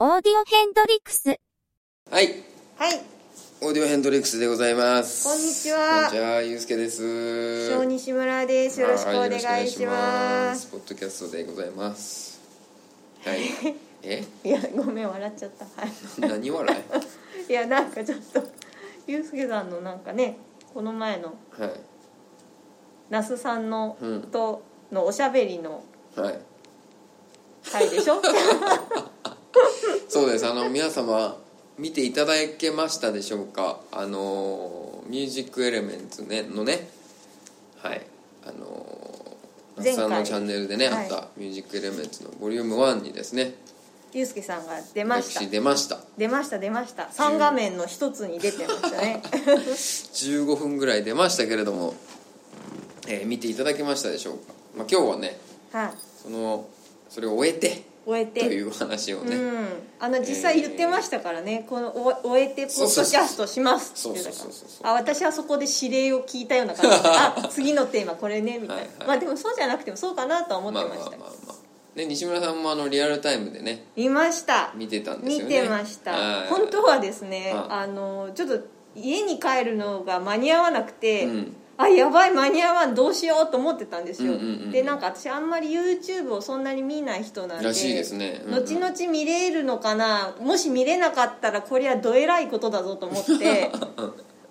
オヘンドリックス。はい、はい、オーディオヘンドリックスでございます。こんにちこはんにちは、ゆうすけです。小西村です。よろしくお願いしはます。い、ポッドキャストでございます。はい。え、 や、ごめん、笑っちゃった。はい。何笑いや、なんかちょっと、ゆうすけさんのなんかね、この前のい。は那須さんの、うんとのおしゃべりのい。はい。回でしょそうです。あの、皆様。見ていただけましたでしょうか。あのー、ミュージックエレメンツね、のね。はい。あのー。那須前回さんのチャンネルでね、はいあったミュージックエレメンツのボリューム1にですね ゆうすけさんが出ました私。出ました出ました、出ました。三画面の一つに出てましたね。 15分ぐらい出ましたけれども、えー見ていただけましたでしょうか、まあ、今日はねはい。そのそれを終えて終えといて。う話をうね、ん、あの実際言ってましたからね、このお終えてポッドキャストしますって言ってたからそうそうそうそうそうそうあ私はそこで指令を聞いたような感 じであ次のテーマこれねみたいはないはいまあでもそうじゃなくてもそうかなとは思ってまあままあしまた、あまあで西村さんもあのリアルタイムでね見ました見てたんです見よねてました、はい本当はですね、はあのちょっと家に帰るのが間に合わなくて、うんあやばい間に合わんどうしようと思ってたんですよ、うんうんうんうんでなんか私あんまり YouTube をそんなに見ない人なんでらしいですねうんうん後々見れるのかなもし見れなかったらこれはどえらいことだぞと思って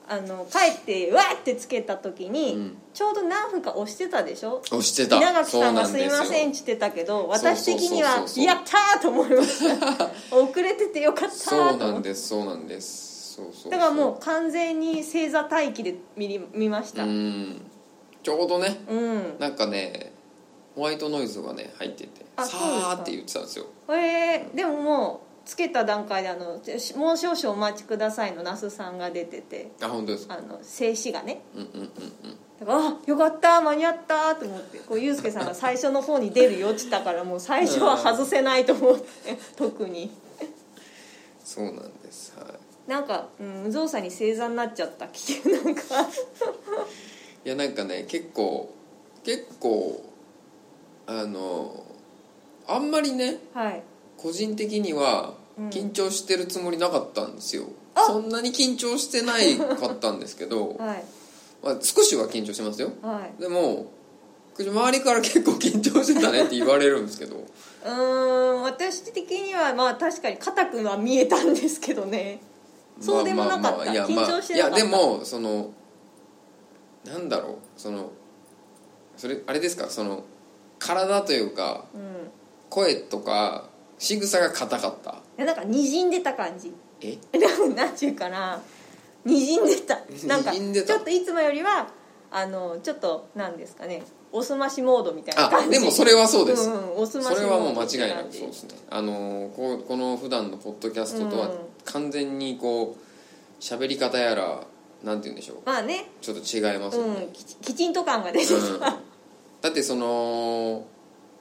あの帰ってわーってつけた時に、うんちょうど何分か押してたでしょ押してた稲垣さんが「そうすないですよません」って言ってたけどそうそう私的にそはうそうそ「うやった!」と思いました遅れててよかったそーうとな思んってですそうなんですそうそうそうだからもう完全に星座待機で見り見ましうたうん、んちょうどねなんかねホワイトノイズがね入ってて「あさそうですかー」って言ってたんですよえーでももうつけた段階であの「もう少々お待ちください」の那須さんが出ててあ本当ですかあの静止がねうんうんうんうんだからあよかった間に合ったと思ってこうユうスケさんが最初の方に出るよって言ったからもう最初は外せないと思って特にそうなんですはいなんか、うん、無造作に正座になっちゃったっけなんかいやなんかね結構結構あのあんまりねはい個人的にはうん緊張してるつもりなかったんですよ、あそんなに緊張してないかったんですけ ど、はいまあ、少しは緊張してますよはいでも周りから結構緊張してたねって言われるんですけどうーん私的にはまあ確かに肩くんは見えたんですけどね そうでもなかった、まあまあまあいや緊張してなかった、まあいやでもそのなんだろうそのそれあれですかその体というかうんい声とか仕草が硬かったやなんかにじんでた感じ えなんなんていうかなにじんでたなんかにじんでたちょっといつもよりはあのちょっとなんですかねおすましモードみたいなあ感でじもそれはそうです、んんおすましそれはもう間モードっ違ていな感くじそうですねあのーこうこの普段のポッドキャストとはうん完全にこう喋り方やらなんて言うんでしょうまあねちょっと違いますようね、んきち きちんと感が出てうんきた、だってその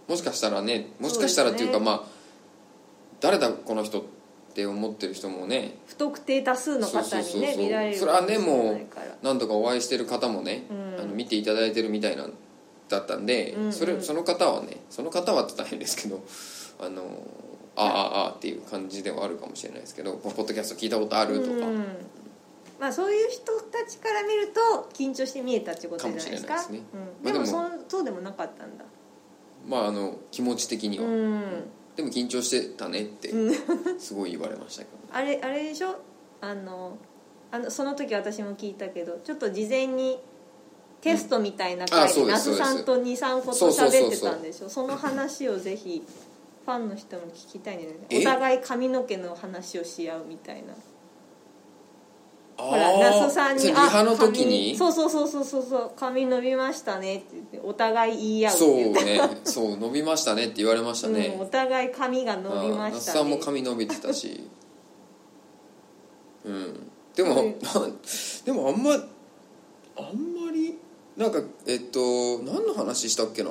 もしかしたらねもしかしたらっていうかそうですねまあ誰だこの人って思ってる人もね不特定多数の方そうそうそうにねそう見られるそれはねかしもないうから何度かお会いしてる方もね、うんあの見ていただいてるみたいなんだったんで、うんうんそれその方はねその方はって大変ですけどあのああああっていう感じではあるかもしれないですけどポッドキャスト聞いたことあるとか、うんまあ、そういう人たちから見ると緊張して見えたってことじゃないですかかもしれないですねまうん、あでもでもそうそうでもなかったんだまああの気持ち的にうは、んでも緊張してたねってうんすごい言われましたけど、あれあれでしょあのあのその時私も聞いたけどちょっと事前にテストみたいなあ回そでうで那す須さんと23個そとうそうそうそう喋ってたんでしょその話をぜひファンの人も聞きたいんだよねえお互い髪の毛の話をし合うみたいなあ ほら那須さんにリ「ハの時に髪そうそうそうそうそうそう髪伸びましたね」って言ってお互い言い合うってそういうねそう伸びましたねって言われましたねうん、お互い髪が伸び那ま須したさんもね髪伸びてたし うんでも、うんなん でもあんまあんまりなんかえっと何の話したっけな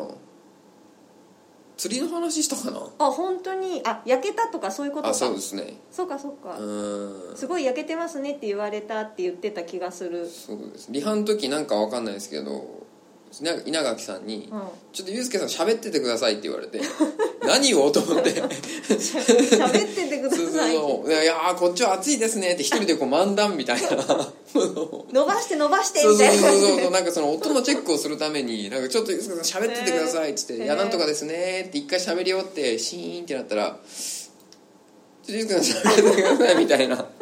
釣りの話したかなあ本当にあ焼けたとかそういうことかあそうですねそうかそううか、ーんすごい焼けてますねって言われたって言ってた気がするそうですリハの時なんかわかんないですけど稲稲垣さんに うん「ちょっとユースケさん喋っててください」って言わ れて「何を?」と思って喋っててくだそうさいそういやーこっちは暑いですね」って一人でこう漫談みたいなそう伸ばして伸ばしてそうみそたういなそうそうなんかその音のチェックをするために「なんかちょっとユースケさん喋っててください」っつって「へーいやなんとかですね」って一回喋り終わってシーンってなったら「ちょっとユースケさん喋っててください」みたいな「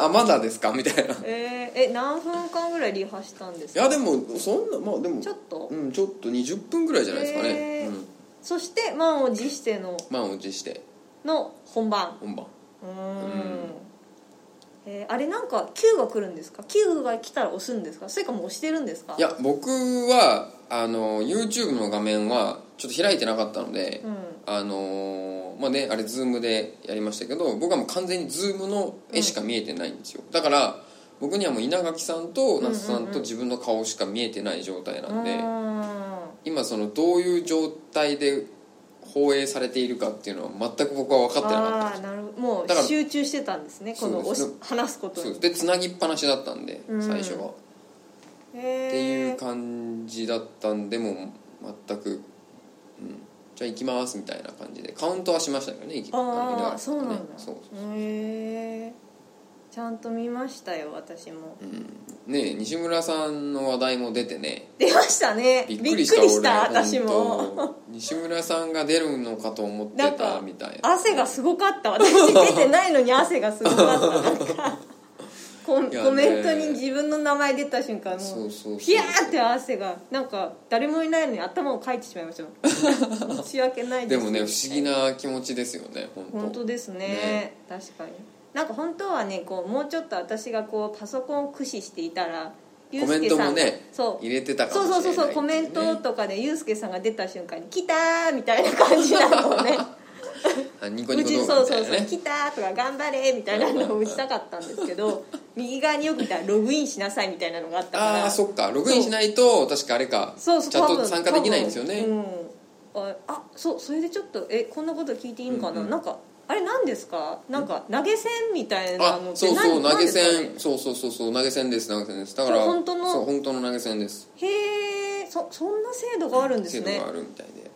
あまだですか?」みたいな。 えーえ何分間ぐらいリハしたんですいかやでもそんなまあでもちょっとうんちょっと20分ぐらいじゃないですかね、へーうん、そして満を持しての満を持しての本番本番うーうんんえーあれなんか Q が来るんですか Q が来たら押すんですかそれかもう押してるんですかいや僕はあの YouTube の画面はちょっと開いてなかったので、うんあのーまあねあれ Zoom でやりましたけど僕はもう完全に Zoom の絵しか見えてないんですよ、だから僕にはもう稲垣さんと那須さんと自分の顔しか見えてない状態なんで、うーん今そのどういう状態で放映されているかっていうのは全く僕は分かってなかったああーなるほどもだからう集中してたんですねこのそうおですし話すことそうにですでつなぎっぱなしだったんでうん最初は、っへていえう感じだったんでもう全く、うん、じゃあ行きますみたいな感じでカウントはしましたけどね行きの稲あ垣あさそうんながねんだそうへえちゃんと見ましたよ私もうんねえ西村さんの話題も出てね出ましたねびっくりしたびっく俺私も本当西村さんが出るのかと思ってなんたかみたいな汗がすごかった私出てないのに汗がすごかったなんかコいやねコメントに自分の名前出た瞬間そもううそうそうピヤーって汗がなんか誰もいないのに頭をかいてしまいましたもん申し訳ないでですもね不思議な気持ちですよね本当本当ですねね確かになんか本当はねこうもうちょっと私がこうパソコンを駆使していたらコメントもがねそう入れてたかもそうしれそないうそうそうコメントとかでユースケさんが出た瞬間に「来た!」みたいな感じなのをねあニコニうコち動そ画うみたそいなうそう「ね来た!」とか「頑張れ!」みたいなのを打ちたかったんですけ ど右側によく見たら「ログインしなさい」みたいなのがあったからああそっかログインしないと確かあれかそうそうチャッ多ト分参加できないんですよね、多分うん、ああそうそれでちょっとえこんなこと聞いていいのかな、うんうんなんかあれ何ですかなんか投げ銭みたいなあのってそうそう何投何げですかね銭、そうそうそうそう投げ銭です投げ銭ですだからそう本当のそう本当の投げ銭ですへえそそんな制度があるんです制ね度があるみたいで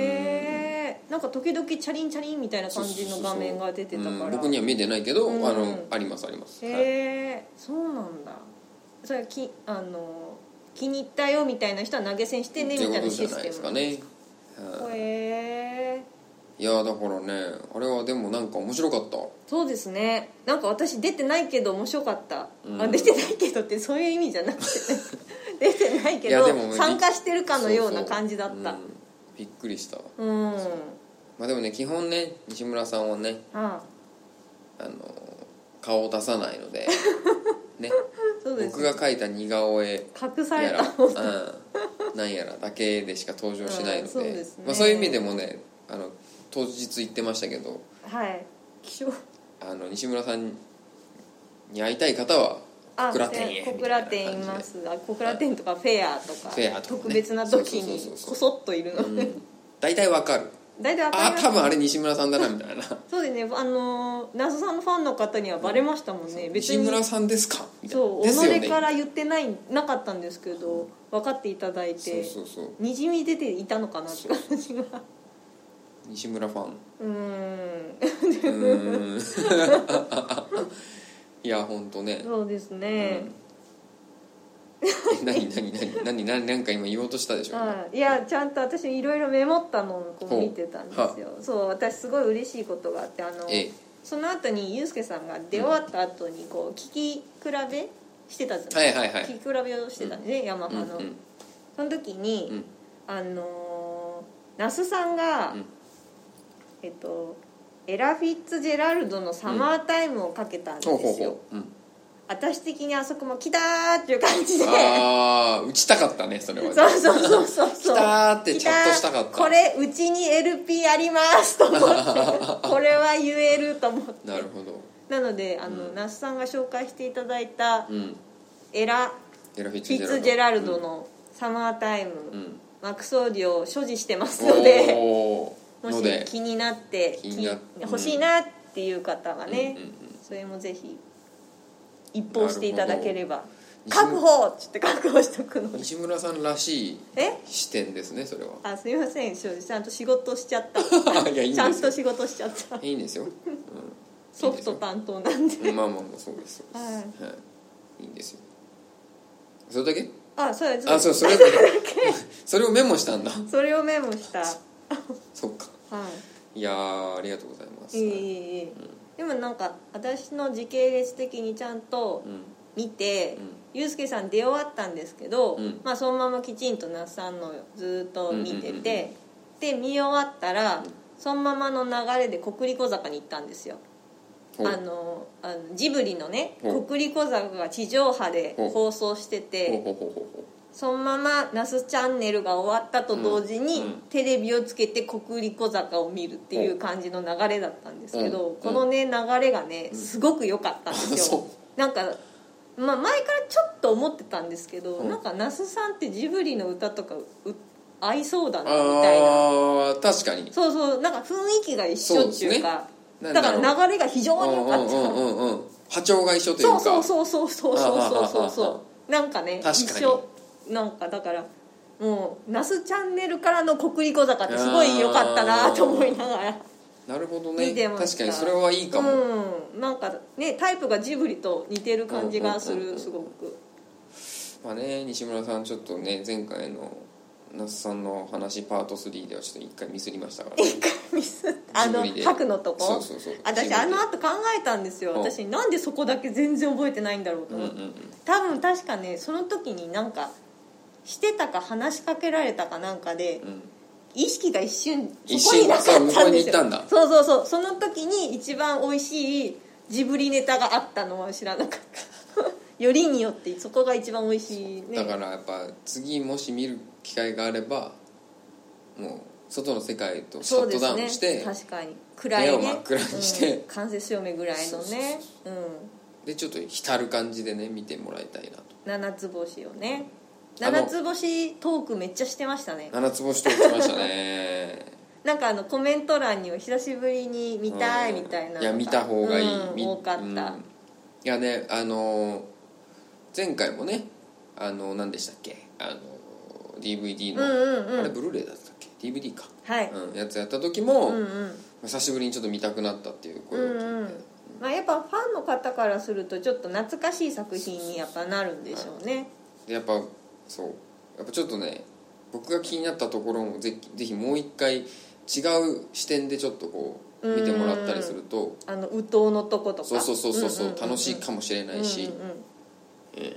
へえんか時々チャリンチャリンみたいな感じの画面が出てたからうん僕には見えてないけど、うんあのありますあります、へはい、え、そうなんだそれはきあの気に入ったよみたいな人は投げ銭してねみってたこといなじシゃスないテでムすかね、はいへえいやだからねあれはでもなんか面白かったそうですねなんか私出てないけど面白かった、うんあ出てないけどってそういう意味じゃなくて 出てないけいやどでも参加してるかのようそなそ感じだったうんびっくりしたうんまあでもね基本ね西村さんはねあああの顔を出さない のでねそうです僕が描いた似顔絵隠されやたら、うん、なんやらだけでしか登場しないので,、うんそうですねまあ、そういう意味でもねあの当日行ってましたけどはい気象あの西村さんに会いたい方は小倉店へ小倉店いますあ小倉店とかフェアとかフェアとかね特別な時そにうそうそうそうこそっといるのうん大体わかる大体わかありあます多分あれ西村さんだなみたいなそうですねあのー謎さんのファンの方にはバレましたもんね、 別西に村さんですかみたいなそうですよ己ねから言ってないなかったんですけど分かっていただいそうてそうそうにじみ出ていたのかなって感じが西村ファン うーんうーんいや本当ね、そうですうんね、え何何何何何何か今言おうとしたでしょ、はい、いやちゃんと私いろいろメモったのをこほうう見てたんですよそう私すごい嬉しいことがあってあのええその後にユースケさんが出終わった後にこう聞き比べしてたじゃはないいはいはい聞き比べをしてたんでね、ヤマハの、うんうんその時に、うんあのー那須さんが、うんえっとエラ・フィッツジェラルドのサマータイムをかけたんですほよ、うほうほう、うん、私的にあそこも来たーっていう感じでああ打ちたかったねそれはね そうそうそうそうそう来たーってチャットしたかった来これうちに LP ありますと思 ってこれは言えると思ってなるほどなのであの、うん那須さんが紹介していただいたうんエラ・エラフィッフィッツツジジェェララルルドドのサマータイム、うん、うんマックスオーディオを所持してますのでおーものしで気になって気になっき欲しいなっていう方はね、うんうんうんそれもぜひ一報していただければ、確保っつって確保しとくの西村さんらしいえ視点ですねそれはあすいません正直ちゃんと仕事しちゃった いやいいんですちよゃんと仕事しちゃったいいんですよ、うん、ソフト担当なん でまあまあまあそうですそうです、はいい、いいんですよそれだけ あそうですあそうそれだけそれをメモしたんだそれをメモしたはそっかいいやーありがとうございます、いいいいいいでもなんか私の時系列的にちゃんとうん見て、うんゆうすけさん出終わったんですけど、うんまあ、そのままきちんと那須さんのずっと見うんうてて、んうんうんで見終わったら、そのままの流れで国立小坂に行ったんですよほうあのあのジブリのねほう国立小坂が地上波でほう放送してほうてほうほうほうほうそのまま「那須チャンネル」が終わったと同時に、うんうんテレビをつけて国立小坂を見るっていう感じの流れだったんですけど、うんこのね流れがねすごく良かったんですよ、うん そなんか、まあ、前からちょっと思ってたんですけど、うんなんか那須さんってジブリの歌とかう合いそうだなみたいなあー確かにそうそうなんか雰囲気が一緒っていうかそうですねだかなんだろら流れが非常に良かった、うんうんうんうん波長が一緒というそかうそうそうそうそうそうそうそうあはははそうなんかね確かに一緒なんかだからもう「那須チャンネル」からの「国立小坂」ってすごい良かったなと思いながらなるほどね見てま確したかにそれはいいかも、うんなんかねタイプがジブリと似てる感じがすうんうんうんうるんすご くまあね西村さんちょっとね前回の那須さんの話パート3ではちょっと一回ミスりましたから、ね、ミスあのジブリで書くのとこそうそうそう私あの後考えたんですようん私なんでそこだけ全然覚えてないんだろうとうんうん思っうてん多分確かねその時になんかしてたか話しかけられたかなんかで、うん意識が一瞬一そこに瞬なかそう向ったこうんにで行すったよんだそうそうそうその時に一番美味しいジブリネタがあったのは知らなかった よりによってそこが一番美味しいねだからやっぱ次もし見る機会があればもう外の世界とシャそうッでトダすウンねして、確かに暗いね部屋を真っ暗にしてうん完成しよめぐらいのそうそうねうでちょっと浸る感じでね見てもらいたいなとん七つ星をねあの七つ星トークめっちゃしてましたね七つ星ときましたねなんかあのコメント欄には久しぶりに見たいみたいなのがいや見た方がいい、うんみ多かった、うんいやねあのー前回もねあの何でしたっけあの DVD の、うんうんうんあれブルーレイだったっけ DVD か、はい、うん、やつやった時も、うまんうんあ久しぶりにちょっと見たくなったっていうう声を聞いて、んうんまあ、やっぱファンの方からするとちょっと懐かしい作品にやっぱなるんでしょうねでやっぱそうやっぱちょっとね僕が気になったところもぜひぜひもう一回違う視点でちょっとこう見てもらったりするとあの右頭のとことかそうそうそうそうそう楽しいもかもしれないし、え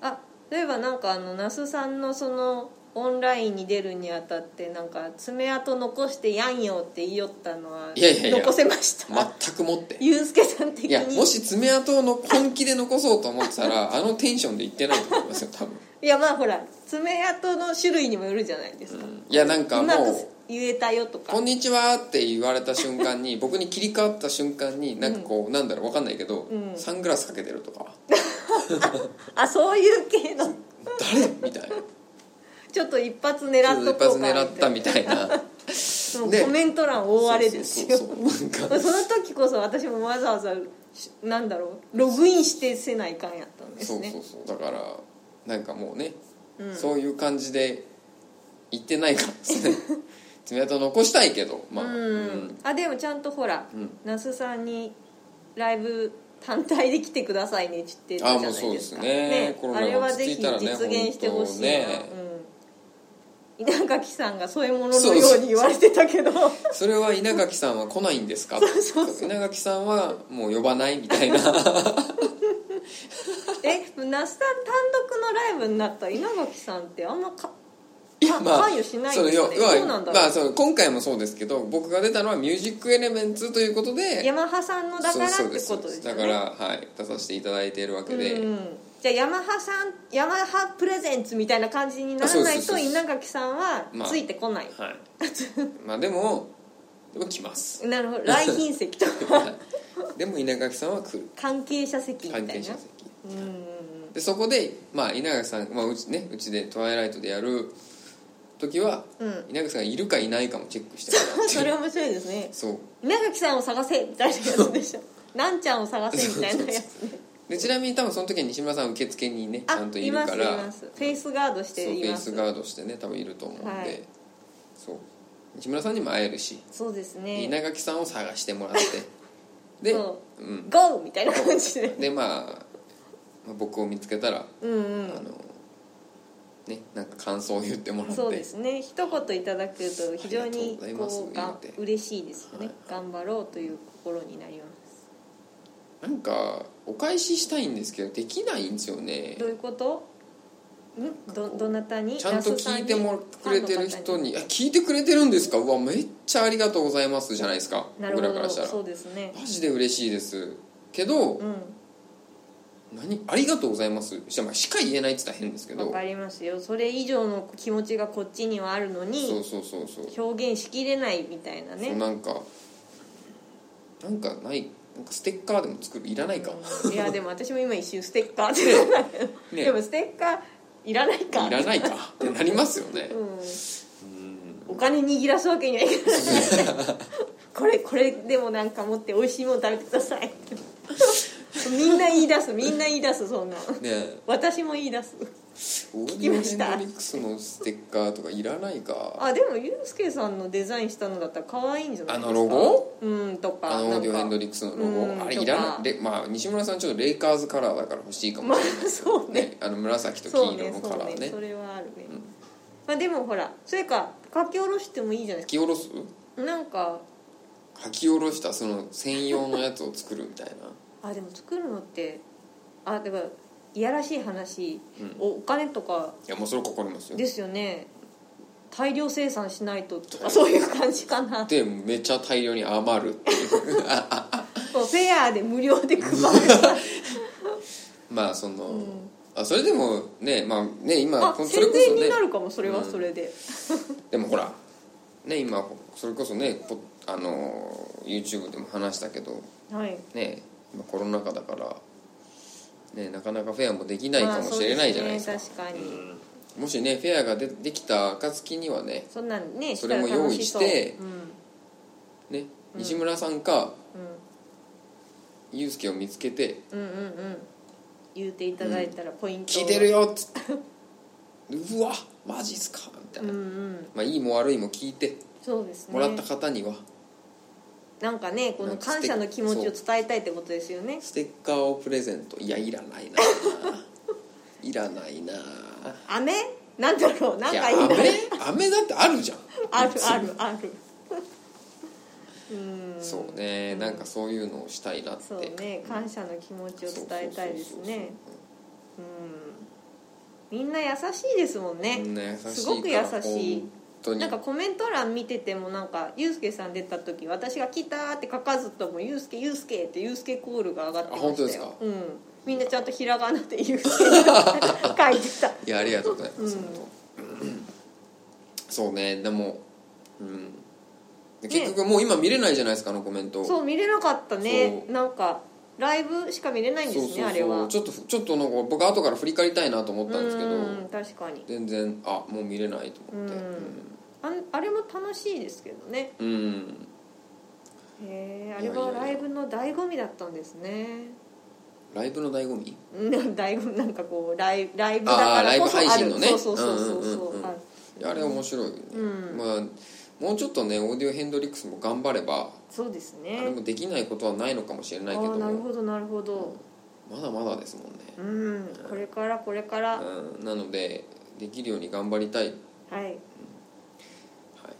あ例えばなんかあの那須さんのそのオンラインに出るにあたってなんか爪痕残してやんよって言いよったのはいやいやいや残せました 全くもってゆうすけさん的にいやもし爪痕をの本気で残そうと思ってた らあのテンションで言ってないと思いますよ多分、いやまあほら爪痕の種類にもよるじゃないですか、いやなんかうもまくう言えたよと「かこんにちは」って言われた瞬間 に僕に切り替わった瞬間になんかこう、なんだろうわかんないけど、うんサングラスかけてると かあそういう系の「誰?」みたいなちょっと一発狙っちょとっこうとか一発狙ったみたいな もうねコメント欄大荒れですよそ そうそうそうそうなんかの時こそ私もわざわざしなんだろうログインしてせないかんやったんでそすうねそうそうだからなんかもうね、うんそういう感じで言ってないからです ね爪痕残したいけどまあ、うん、あでもちゃんとほら、うん那須さんにライブ単体で来てくださいねって言ってあたーもじゃうないですかそうですねコロナあがれは落ぜち着ひいたらね実現してほしいな、本うん、稲垣さんがそういうもののように言われてたけどそれは稲垣さんは来ないんですか稲垣さんはもう呼ばないみたいな え那須さん単独のライブになったら稲垣さんってあんまかい やか関与しないんですねそれ要はどうなんだろうまあ、その今回もそうですけど僕が出たのは「ミュージックエレメンツ」ということでヤマハさんのだからってことですそようそうねそうだから、はい、出させていただいているわけで、うん、じゃあヤマハさんヤマハプレゼンツみたいな感じにならあそうないですそうとです稲垣さんはまあついてこない、はいまあでもでも来ますなるほど来賓席とかでも稲垣さんは来る関係者席みたい関な係者席うんうんうんでそこで、まあ、稲垣さん、まあ、うちねうちで「トワイライト」でやる時は、うん稲垣さんがいるかいないかもチェックしてもら ってそれ面白いですねそう 稲垣さんを探せみたいなやつでしょなんちゃんを探せみたいなやつねでちなみに多分その時に西村さん受付にねちゃあんといいるまかすいらますフェイスガードしそうてフいェイまスすガードしてね多分いると思うんで、はいそう西村さんにも会えるし、そうですね稲垣さんを探してもらっ てで、そう「ん、 GO!」みたいな感じでで、まあ、まあ僕を見つけたら、うんうんあのねなんか感想を言ってもらってそうですね一言いただくと非常にありがとうございこますうが言うて嬉しいですよね、はい頑張ろうという心になりますなんかお返ししたいんですけどできないんですよねどういうことんどどなたにちゃんと聞いてもくれてるファ人ンの方に「あ聞いてくれてるんですかうわめっちゃありがとうございます」じゃないですかなるほ僕らからどしたらそうですねマジで嬉しいですけど、うん何ありがとうございますし,、まあ、しか言えないって言ったら変ですけわどかりますよそれ以上の気持ちがこっちにはあるのそにうそうそうそう,、表現しきれないみたいなそうねなんかなんかないなんかステッカーでも作るいらないか、うんいやでも私も今一瞬ステッカーって、 ねでもステッカーいらないかいらないかってなりますよねうんうんお金握らすわけにはいかないこれこれでもなんか持って美味しいもの食べてくださいみんな言い出すみんな言い出すそんなね私も言い出すオーデきィオまヘしンたドリックスのステッカーとかいらないかあでもユースケさんのデザインしたのだったら可愛いんじゃないですかあのロゴうんとかあのオーディオヘンドリリックスのロうゴんあれとかいらないでまあ西村さんちょっとレイカーズカラーだから欲しいかも まあしれない、そうねねあの紫とそう黄色ねのそカうラねーねそれはあるね、うんまあでもほらそれか書き下ろしてもいいじゃない書きで下ろすすかなんか書き下ろしたその専用のやつを作るみたいなあでも作るのってあでもいやらしい話、うんおお金とかいやもうそれかかりますよですよね大量生産しないととはかいそういう感じか なでめっちゃ大量に余るっていうそうフェアで無料で 配るまあその、うんあそれでもねまあね今あこそれ宣こそ伝ねになるかもそれはそれで、でもほらね今それこそねポあのー YouTube でも話したけどはいね今コロナ禍だからねなかなかフェアもできないかもしれないじゃないですか,、まあそうですね確かに、もしねフェアがでできた暁にはねそんなんねそれもしたら楽そう用意してうんね西村さんかうユうスケを見つけてん、うんうんうん言うていただいたらポイ「ント聞をいてるよ!」っつって「うわマジっすか!」みたいうんな、うんまあ、いいも悪いも聞いてそうですねもらった方にはなんかねこの感謝の気持ちを伝えたいってことですよねステッカーをプレゼントいやいらない ないらないな飴なんだろうなんいやかいい飴な飴だってあるじゃんあるあるあるうんそうねなんかそういうのをしたいなってそうね感謝の気持ちを伝えたいですねうんみんな優しいですもんそうそうそうそうみね、んな優しいからすごく優しい本当になんかコメント欄見ててもなんかユースケさん出た時私が「来た!」って書かずとも「ユースケユースケ」ってユースケコールが上がってましたよあ本当ですかうん、みんなちゃんとひらがなで「ユースケ」って書いてたいやありがとうございます、うん本当そうねでもうんで結局もう今見れないじゃないですかあのコメントそう見れなかったねそうなんかライブしか見れないんですねあれはちょっとちょっとなんか僕後から振り返りたいなと思ったんですけどうん確かに全然あもう見れないと思ってあんあれも楽しいですけどねうん、うんへえあいやいやれいやはライブの醍醐味だったんですね ライブの醍醐味うん醍醐味なんかこうライライブだからこそあるあーライブ配信のねそうそうそうそうそううんうんうんうんあるいやあれ面白いよね、うんまあ、もうちょっとねオーディオヘンドリックスも頑張ればそうですあねれもできないことはないのかもしれあないけどーなるほどなるほどまだまだですもんね、うんこれからこれからうん、なのでできるように頑張りたい、ははいい、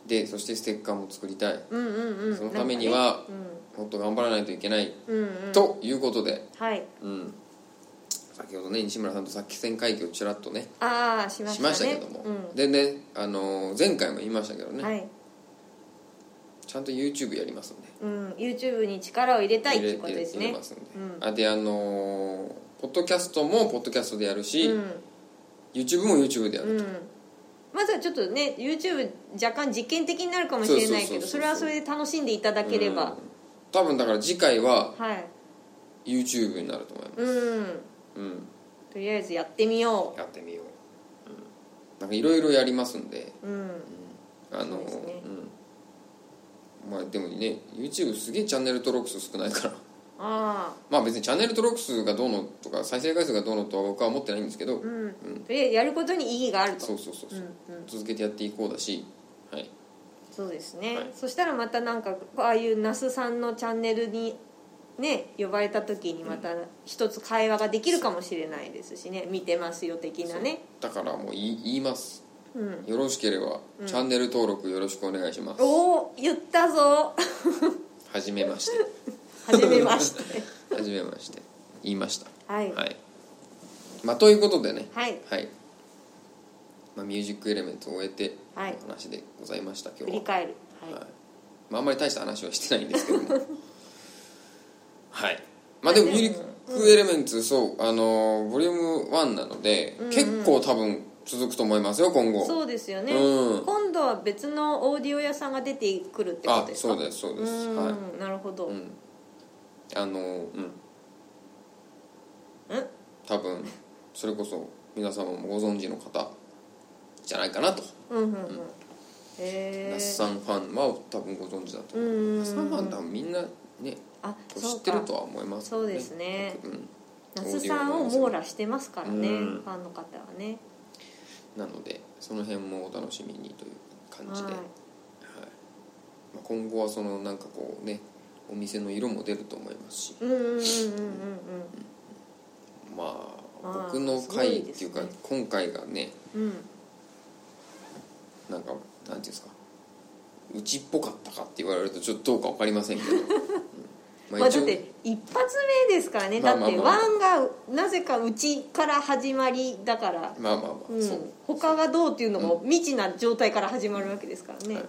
でそしてステッカーも作りたいうんうんうんそのためにはなんかねもっと頑張らないといけない、うんうんうんということで、はいうん、先ほどね西村さんと作戦会議をちらっとねああしまししまたしたけねども、うんでね、あのー前回も言いましたけどね、はいちゃんと YouTube やりますんでうん YouTube に力を入れたいっていうことです入れ入れ入れねますんで、うんあであのーポッドキャストもポッドキャストでやるし、うん YouTube も YouTube でやる、うんまずはちょっとね YouTube 若干実験的になるかもしれなそいけどそうそうそうそうれはそれで楽しんでいただければ多分だから次回ははい YouTube になると思います、うんうん、とりあえずやってみよやってみよう、うん、なんかいろいろやりますんでううんあのそうですねうんまあでもね YouTube すげえチャンネル登録数少ないからあまあ別にチャンネル登録数がどうのとか再生回数がどうのとは僕は思ってないんですけど、あうんとりあえずやることに意義があるとそうそうそうそう、うんうん続けてやっていこうだし、はい、そうですね、はいそしたらまたなんかああいう那須さんのチャンネルにね呼ばれた時にまた一つ会話ができるかもしれないですしね見てますよ的なねだからもう言い言いますうんよろしければ、チャンネル登録よろしくお願いしますおお言ったぞはじめまして 初めましてはじめまして言いましたはいはいまあということでねはいはい、まあ、ミュージックエレメントを終えてのはい話でございました、振今日りは返るはい、はいまあ、あんまり大した話はしてないんですけど もはいまあでもミュージックエレメンツ、そうあのーボリューム1なので、結構多分続くと思いますよ今後そうですよね、うん今度は別のオーディオ屋さんが出てくるってこあとですかそうですそうですうーん、はいなるほど、うんあのーうんうん多分それこそ皆様もご存知の方じゃないかなとうんうんうんへえ那須さんファンは多分ご存知だとうんうん那うん須さんファン多分みんなねあ知そうってるかとは思いますそうですねうん那須さんを網羅してますからね、うんファンの方はねなのでその辺もお楽しみにという感じで、はいはいまあ、今後はそのなんかこうねお店の色も出ると思いますしうんうんうんうんうんまああー僕の回っていうか、すごいですね今回がねうんうんなんかなんていうんですかうちっぽかったかって言われるとちょっとどうか分かりませんけ ど、うんまあ、だって一発目ですからね、まあまあまあだってワンがなぜかうちから始まりだから、まあまあまあ、うんそう、他がどうっていうのも未知な状態から始まるわけですからね、はい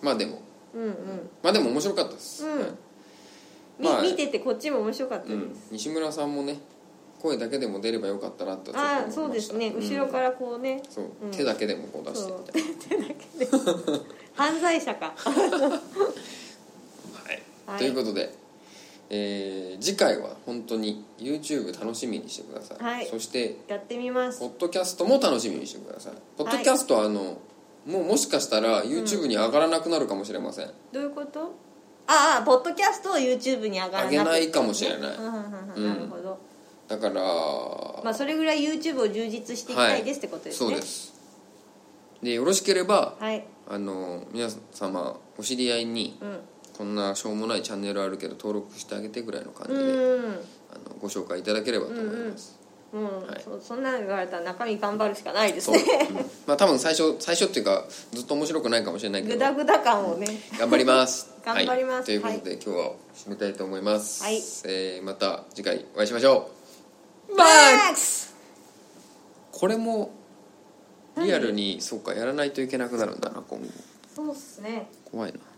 まあでもうんうんまあでも面白かったです、うんはいみまあ見ててこっちも面白かったです、うん西村さんもね声だけでも出ればよかったなと、ああそうですね後ろかららこうね、うんそう、うん手だけでもこう出してそみうたい手だけで犯罪者かな、はいということで、えー次回は本当に YouTube 楽しみにしてください、はいそしてやってみますポッドキャストも楽しみにしてくださいポッドキャストはあの、もうもしかしたら YouTube に上がらなくなるかもしれません、どういうことああポッドキャストを YouTube に上がらなくて上げないかもしれないうんうんうんうんなるほど、だから、まあ、それぐらい YouTube を充実していきたいですってことですそうねですでよろしければはいあの皆様お知り合いにうんこんなしょうもないチャンネルあるけど登録してあげてぐらいの感じうで、んあのご紹介いただければと思います、もう、はいそそんなの言われたら中身頑張るしかないですそう、うねんまあ多分最初最初っていうかずっと面白くないかもしれないけ グどダグダ感をね頑張ります。 頑張りまはいすということで、今日は締めたいと思います。はいえーまた次回お会いしましょう。ックスこれもリアルにそうかやらないといけなくなるんだな今後そうっすね怖いな。